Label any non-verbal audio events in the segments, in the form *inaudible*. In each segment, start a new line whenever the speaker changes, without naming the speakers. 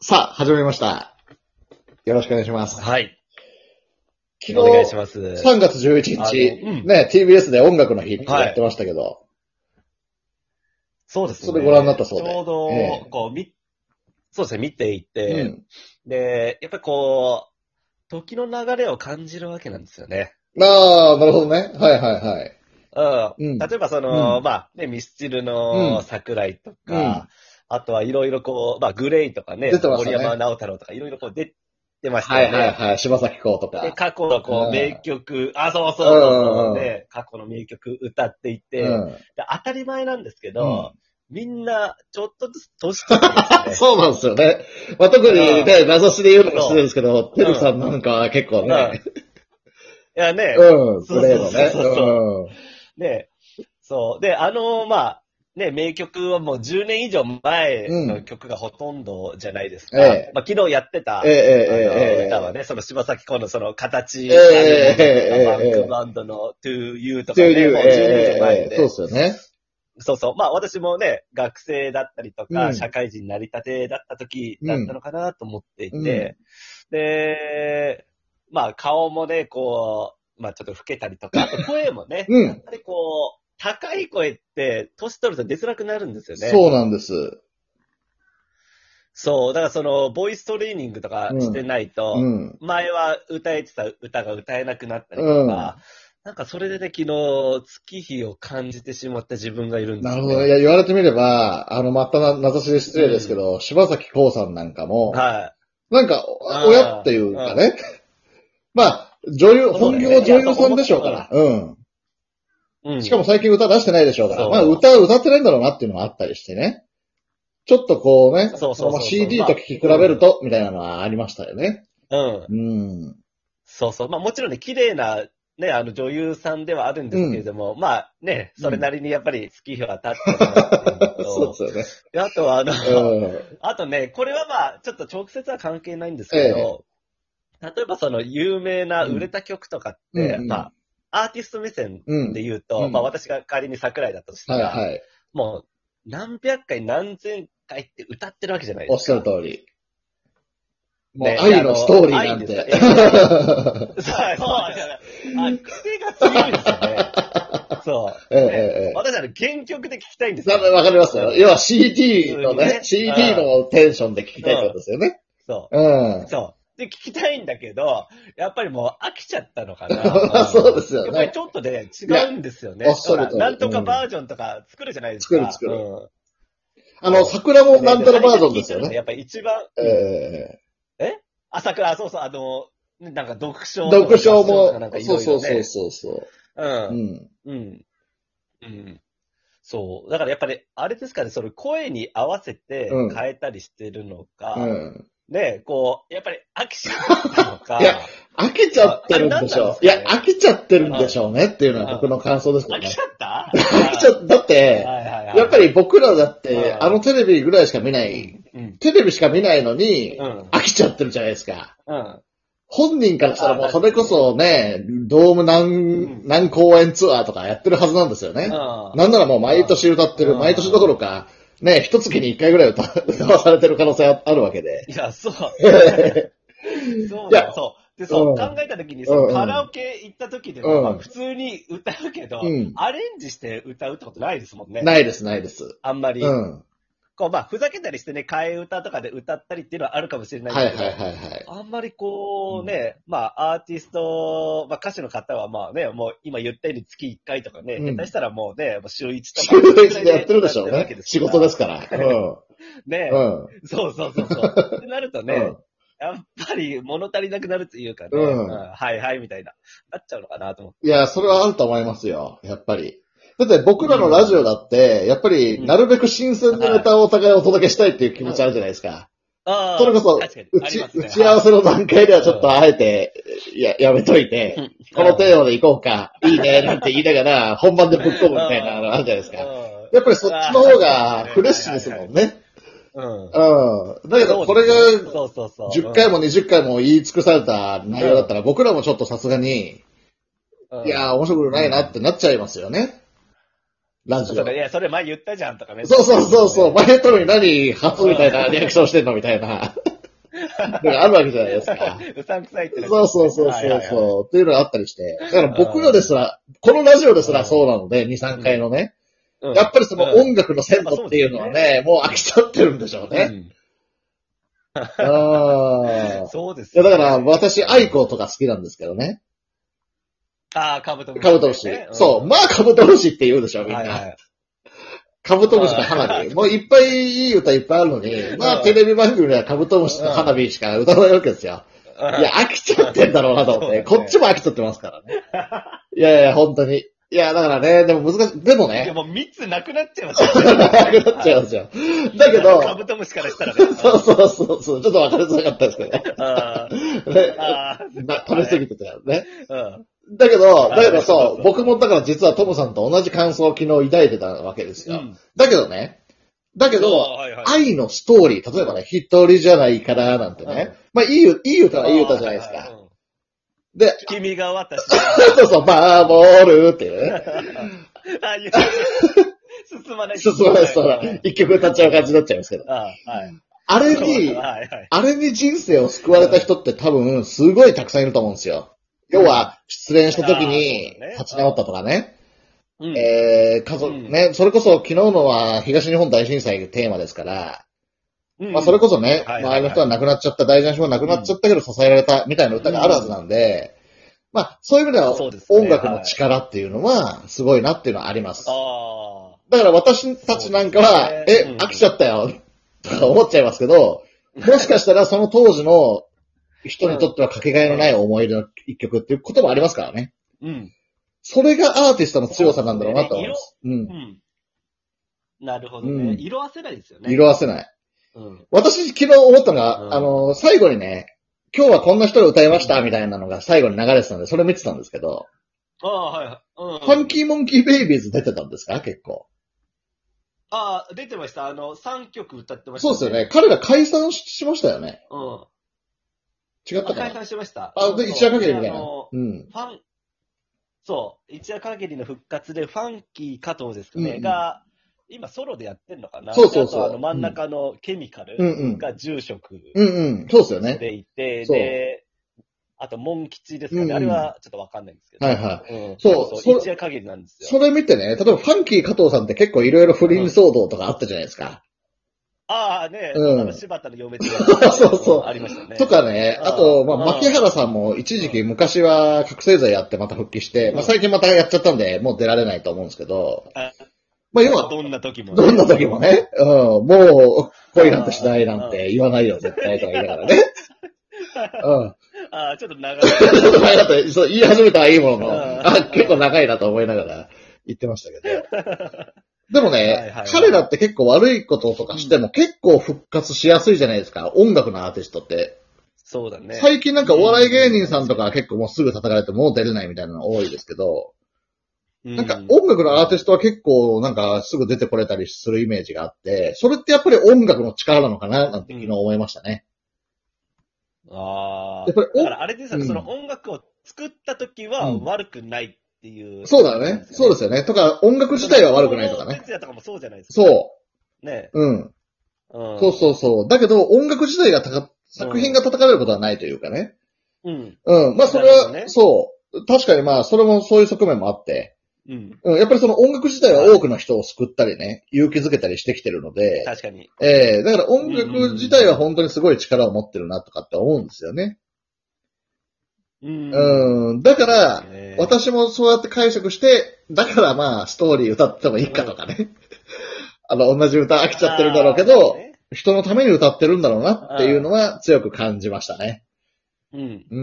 さあ、始めました。よろしくお願いします。
はい。
昨日、
お願いします。
3月11
あ
日、
のうん
ね、TBS で音楽の日って
はい
やってましたけど、
そうですね。
それご覧になったそうで
ちょうど、
ええ
こう、み、そうですね、見ていて、
うん。
で、やっぱりこう、時の流れを感じるわけなんですよね。
ああ、なるほどね。はいはいはい。
うん。
うん
例えばその、
うん
まあ、ね、ミスチル
う
の
ん
桜井とか、
うん
あとはいろいろこう、まあ、グレイとかね、
出てました
森
ね
山直太郎とかいろいろこう出てました
はい
よね。
はいはい。柴咲コウとか。
で、過去の
う
こ
ん
う、名曲、あ、そうそうそう
うんうんうん
ね、過去の名曲歌っていて、
うん
で当たり前なんですけど、
うん
みんな、ちょっとずつ年取ってですね。
そうなんですよね。まあ、特にね、名指しで言うのも失礼ですけど、
う
てるさんなんかは結構
うんい
ね、
やね、
うん、プレイのね。
そうそうそ
う
う
ん
ね、そう。で、あの、まあ、ね、名曲はもう10年以上前の曲がほとんどじゃないですか。
うんええ
まあ、昨日やってた、
ええ
あの
ええええ
歌はね、その柴咲コウのその形、
ええええ
あの
ええ
バンクバンドの To You とか
中
ね、
流、
もう10年以上前
ええええ
で
そうっすよね。
そうそう。まあ私もね、学生だったりとか、
うん
社会人になりたてだった時だったのかなと思っていて、
うん
で、まあ顔もね、こう、まあちょっと老けたりとか、声もね、やっ
うん。
ぱりこう、高い声って、年取ると出づらくなるんですよね。
そうなんです。
そう。だからその、ボイストレーニングとかしてないと、
うん。
前は歌えてた歌が歌えなくなったりとか、なんかそれでね、昨日、月日を感じてしまった自分がいるんです
な
よ
る
ね。
ほどね。いや、言われてみれば、あの、またな、名指しで失礼ですけど、柴咲コウさんなんかも、
はい。
なんか、お
あー
親っていうかね。まあ、女優、
そう
本
だね
業女優さんでしょうから。う。
うんん
しかも最近歌出してないでしょうから。
そう
まあ、歌、歌ってないんだろうなっていうのがあったりしてね。ちょっとこうね、
そうそうそう
まあ CD と聴き比べると、みたいなのはありましたよね。
うん。
うん。
そうそう。まあもちろんね、綺麗な、ね、あの女優さんではあるんですけれども、まあね、それなりにやっぱり月日は経ってるなっていうの
*laughs*
と
そうです
であとはあの、
よね。うん。
*laughs* あとね、これはまあ、ちょっと直接は関係ないんですけど、例えばその有名な売れた曲とかっ
うん
て、
うん
まあ、アーティスト目線
うん。
で言うと、
うん
まあ私が仮に桜井だとした
はい
ら、
はい。
もう何百回何千回って歌ってるわけじゃない
おっし
です
ゃ
か。
る通り。もう
ね
愛のストーリーなん
愛
て
です。よ
*laughs*
*laughs* そう、そうですよね。あ、癖が強いですよね。そう。
ええええええ
私はね原曲で聞きたいんです
な
よ。
わかりますよ。要は CD のね、
普通に
CD
ね
のテンションで聞きたいってことですよね。
そ
うん
う。。そう。で、聞きたいんだけど、やっぱりもう飽きちゃったのか
あ *laughs*
な。
そうですよね
やっぱりちょっとね、違うんですよね。
いやおっしゃる通り
ほらなんとかバージョンとか作るじゃないですか。
作る作る
うん
あの、桜もなんたらバージョンですよ
で何が聞いてるのか
ね。
やっぱり一番、
ええ
あ、桜、あそうそう、あの、なんか読書とか。
読書も
なんか、い
そ
ろ
う
い
そ
ろ
うそう
ね。。
そうそうう。うんん。
うん。うん。そう。だからやっぱり、あれですかね、その声に合わせて
うん
変えたりしてるのか、
うん。
ね、こう、やっぱり飽きちゃったのか、
*laughs* いや飽きちゃってるんでしょう。い
あ
や、
あれ何な
飽きちゃってるんでしょうねっていうのは僕の感想ですけど
飽き
ね
ち。ゃった
飽きちゃっだって、
はいはいはい。
やっぱり、僕らだって、
うん
あのテレビぐらいしか見ない、
うん。
テレビしか見ないのに
う、ん。
飽きちゃってるじゃないですか。
うん。
本人からしたらもう
あ
それこそね、ドーム何、
ん
何公演ツアーとかやってるはずなんですよね。
う
なんならもう毎年歌ってる、
うん
毎年どころか、ね、一月に一回ぐらい歌、歌わされてる可能性あるわけで。
ん。い
*laughs*
や、そう。そう
いや
だ、そう。で、そうう、
ん
考えたときに、
うん
そううんカラオケ行った時で
うん
も、まあ普通に歌うけど
うん、
アレンジして歌うってことないですもんね。
ないです、ないです。
あんまり
う。ん。
こう、まあ、ふざけたりしてね、替え歌とかで歌ったりっていうのはあるかもしれない
はい
で
は
す
い
けど、
はいはい。
あんまりこうね、まあ、アーティスト、まあ、歌手の方はまあね、もう今言ったように月1回とかね、
うん
下手したらもうね、もう週1とか。
*laughs* 仕事でやってるでしょう
やっ
ね
てるわけ。
仕事ですすから。うん。
から。ね、
うん。
そうそうそう
*laughs*
そう。ってなるとね、
うん
やっぱり物足りなくなるというかね、
うん
うんはいはいみたいな、なっちゃうのかなと思って。
いや、それはあると思いますよ。やっぱり。だって僕らのラジオだって、やっぱり、なるべく新鮮なネタをお互いお届けしたいっていう気持ちあるじゃないですか。
あー
それこそ、
確かに
打
あ
ち、
りますね
打ち合わせの段階ではちょっとあえて、や、やめといて、
うん
このテーマで行こうか、いいね、なんて言いながら、本番でぶっ込むみたいなのあるじゃ
*laughs*
ないですか。や
うん
っぱりそっちの方がフレッシュですもんね。
うん。
うん。だけど、これが
そうそうそう。
10回も20回も言い尽くされた内容だったら、僕らもちょっとさすがに、
うん、
いやー、面白くないなってなっちゃいますよね。ラジ
そ
オ。
れ、いや、それ前言ったじゃんとかね。
そうそうそうそう、前とのに何初みたいなリアクションしてんのみたいな。のがあるわけじゃないですか。
*laughs* うさんくさいってなっちゃ
そうそうそう
はいは
そう
いは
そう。っていうのがあったりして。だから僕らですら、このラジオですらそうなので、2、3回のね。
いうん
やっぱりその
うん
音楽の鮮度っていうのはね、もう飽きちゃってるんでしょうね。あ
う
あ
ん。そうで
い
す
や、だから、私、アイ
コ
コとか好きなんですけどね。
ああ、カブトムシ。
カブトムシ
ね。
そう。まあ、カブトムシって言うでしょ、
う
み
ん
ん
はいは
な。
い。
カブトムシの花火。もういっぱいいい歌いっぱいあるのに、ま
う
あ、
ん
テレビ番組ではカブトムシの花火しか歌わないわけですよ。いや、飽きちゃってんだろうなと思っ
*laughs* そうだ
て。
ね
こっちも飽きちゃってますから
*laughs*
ね。いやいや、本当に。いや、だからね、でも難しい。でも
い *laughs* や、
ね、
もう密なくなっちゃいますよ。
なくなっちゃうんですよ。だけど、
カブトムシからしたらね。
そうそうそうそう、ちょっと分かりづらかったですけどね。
あ
ね
ーあー。
な食べ過ぎてたよね。
うん
だけど、
はい
だけど
そう
そ
そう
う、僕もだから実はトムさんと同じ感想を昨日抱いてたわけです
う
よ。
ん。
だけどね、だけど、
はいはい
愛のストーリー、例えばね、一人じゃないからなんてね、まあいい歌、いい歌はいい歌じゃないです
あー
か。
うん
で、
君が私
*laughs* そうそう、バーボールっていうね。
ああいう
*laughs*
進まない。
そうそうそう。一曲歌っちゃう感じになっちゃいますけど。
ああはい。
あれ
はい
に、
はい。
あれに人生を救われた人って多分、すごいたくさんいると思うんですよ。要は、失恋した時に
あーそうだね
立ち直ったとかね。
うん
えー、家
う
族、
ん
ね、それこそ昨日のは東日本大震災がテーマですから、
うん
まあそれこそね、
はいはい
周りの人は亡くなっちゃった、大事な人は亡くなっちゃったけど支えられたみたいな歌があるはずなんで、まあそういう意味では
そうですね
音楽の力っていうのはすごいなっていうのはあります。
あ
だから私たちなんかは、
そうです
え
ねうん、
飽きちゃったよ、とか思っちゃいますけど、もしかしたらその当時の人にとってはかけがえのない思い出の一曲っていうこともありますからね。
あ。うん。
それがアーティストの強さなんだろうなと思います。う。
うんん。なるほどね
う。ん
色あせないですよね。
色あせない。
うん。
私昨日思ったのが、
うん
あの、最後にね、今日はこんな人が歌いましたみたいなのが最後に流れてたんで、それ見てたんですけど、
ああ、はい。
ファ
う
ン
ん。
キーモンキーベイビーズ出てたんですか結構。
ああ、出てました。あの、3曲歌ってました。
そうですよ。ね。彼ら解散ししましたよね。
うん。
違った
あ
か
解
な
散しました。
あ、で、一夜限りみたい
あ
な
の。
うん。
ファン、そう、一夜限りの復活で、ファンキー加藤ですかね、
うんうん
が、今ソロでやってんのかな
そうそうそう
であとあの真ん中のケミカ
うん
ル
うん。
が住職
うんうん。そうですよね。
でいて、
そう
で、あと、モン吉ですかね、
うんうん
あれはちょっとわかんないんですけど。
はいはい。
うん
そう
そう
そ
一夜限りなんです
そ
よ。
れ見てね、例えばファンキー加藤さんって結構いろいろ不倫騒動とかあったじゃないですか。
ああね、
うん
あの柴田の嫁
*laughs*
と
そうそう
ありましたね。
とかね、
うん
あと、まあ、
うん
牧原さんも一時期昔は覚醒剤やってまた復帰して、まあ、最近またやっちゃったんで、もう出られないと思うんですけど
あ、
まあ、要は、
どんな時も、
どんな時も。ね、うん、もう恋なんてしないなんて言わないよ、絶対とか言いながら *laughs* ね。うん。
ああ、ちょっと長い。
ちょっと前だと、そう言い始めたらいいものの、
うん
あ、結構長いなと思いながら言ってましたけど。でも
はいはい
ね
はい、
彼らって結構悪いこととかしても結構復活しやすいじゃないですか、音楽のアーティストって。
そうだね。
最近なんかお笑い芸人さんとかは結構もうすぐ叩かれてもう出れないみたいなの多いですけど、なんか音楽のアーティストは結構なんかすぐ出てこれたりするイメージがあって、それってやっぱり音楽の力なのかななんて昨日思いましたね。
ああ。
やっぱりお
だからあれですよね、
うん
その音楽を作った時は
うん
悪くないっていう。。
そうだね。そうですすよね。とか音楽自体は悪くないとか
小野
ね。
哲也とかもそうじゃないですか。。
そう
ね。
う。うん。
うん。
そうそうそう。だけど音楽自体がたか作品が叩かれることはないというかね。
うん。
うん。まあそれ
なるほ
は、
どね
そう。確かにまあそれもそういう側面もあって。
うん。
うん、やっぱりその音楽自体は多くの人を救ったりね、勇気づけたりしてきてるので、
確かに。
ええだから音楽自体は本当にすごい力を持ってるなとかって思うんですよね。
うん
うん、だから、、
ね、
私もそうやって解釈して、だからまあ、ストーリー歌ってもいいかとかね。 *laughs* あの、同じ歌飽きちゃってるんだろうけ
あー
ど、
ね
人のために歌ってるんだろうなっていうのは強く感じましたね。
うん。
う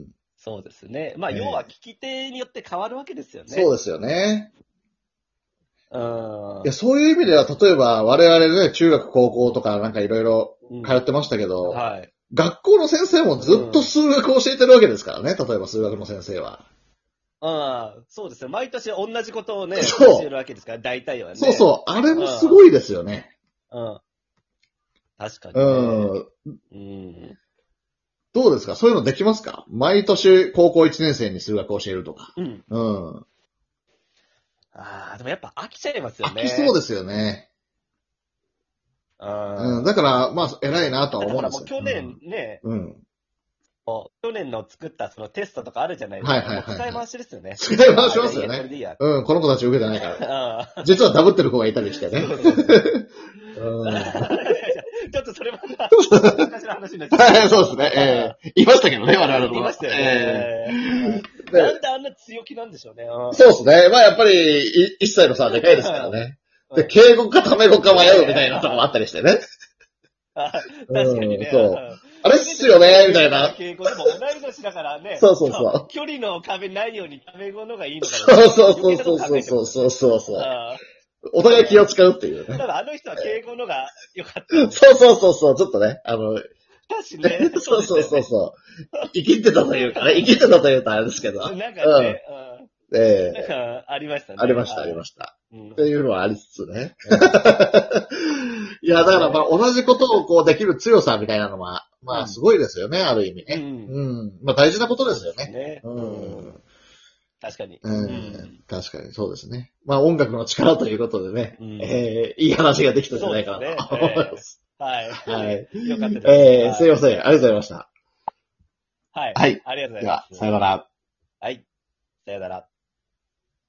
ん、
そうですね。まあ、
ええ
要は聞き手によって変わるわけですよね。
そう
う。
ですよね。
うん
いや、。そういう意味では、例えば、我々ね、中学、高校とかなんかいろいろ
うん
通ってましたけど、
はい。
学校の先生もずっと数学を教えてるわけですからね、例えば数学の先生は。
うん。そうですね。毎年同じことをね、
そう
教えるわけですから、大体はね。
そうそう、あれもすごいですよね。
う。うん。確かに、
う
ね。
ん。
うん。
どうですかそういうのできますか毎年高校1年生に数学を教えるとか。
うん。
うん。
ああ、でもやっぱ飽きちゃいますよ
飽
ね。
きそう
で
ですよね。
う
うん、だから、まあ、偉いなとは
だ
思う
か
んで
ら
す
も
よ
う。去年ね、
うん。うん。 *laughs*
こう去年の作ったそのテストとかあるじゃないですか。
はいはいはいはい
もう使い回しですよね。
使い回しますよ
あいやいやそれ
ね。
でいいや。
うん、この子たち受けてないから。
ああ
実はダブってる子がいたりしてね。
*laughs* そううそうそう
ん。は
ちょっとそれもまた、昔の話になっちゃ
い、 *laughs* そうですね。ええいましたけどね、我々の。
言いましたよ
え
ね。
えで
なんであんな強気なんでしょうね。うん
そうですね。まあやっぱり、い一歳の差はでかいですからね。で、敬語かタメ語か迷うみたいなとこもあったりしてね。
うん *laughs* 確かにね。
うんそうあれっすよね、みたいな。
敬語でも同い年だからね。
そうそうそう
距離の壁ないようにタメ語の方がいいのか
そ
な。
うそうそうそうそうそうそうそう
あ
お互い気を使うっていう
あ
ね。
ただあの人は敬語のが良かっ
そうそうそうそう、ちょっとね、あの、。
たしね
そうそうそうそう。生きてたというかね、生きてたというとあれですけど。
*laughs* なんかね、
え
うんな
え
んかありましたね。
*laughs* ありました、ありました。
うん
っていうのはありつつね。 *laughs* いや、だからまあ同じことをこうできる強さみたいなのは、まあすごいですよね、ある意味
う
ね。
ん。
うん。まあ大事なことですよね。
ね
うん。
確かに。
う
うん
ん、確かにそうですね。まあ音楽の力ということでね、
うん
ええいい話ができたんじゃないかなと
そう
思
ですね
います。
はい。
はい。
よかったです。
ええすい
よ。
ません。ありがとうございました。
はい。
はい
ありがとう
で
ございま
は、
す。
さようなら。
はい。さよなら。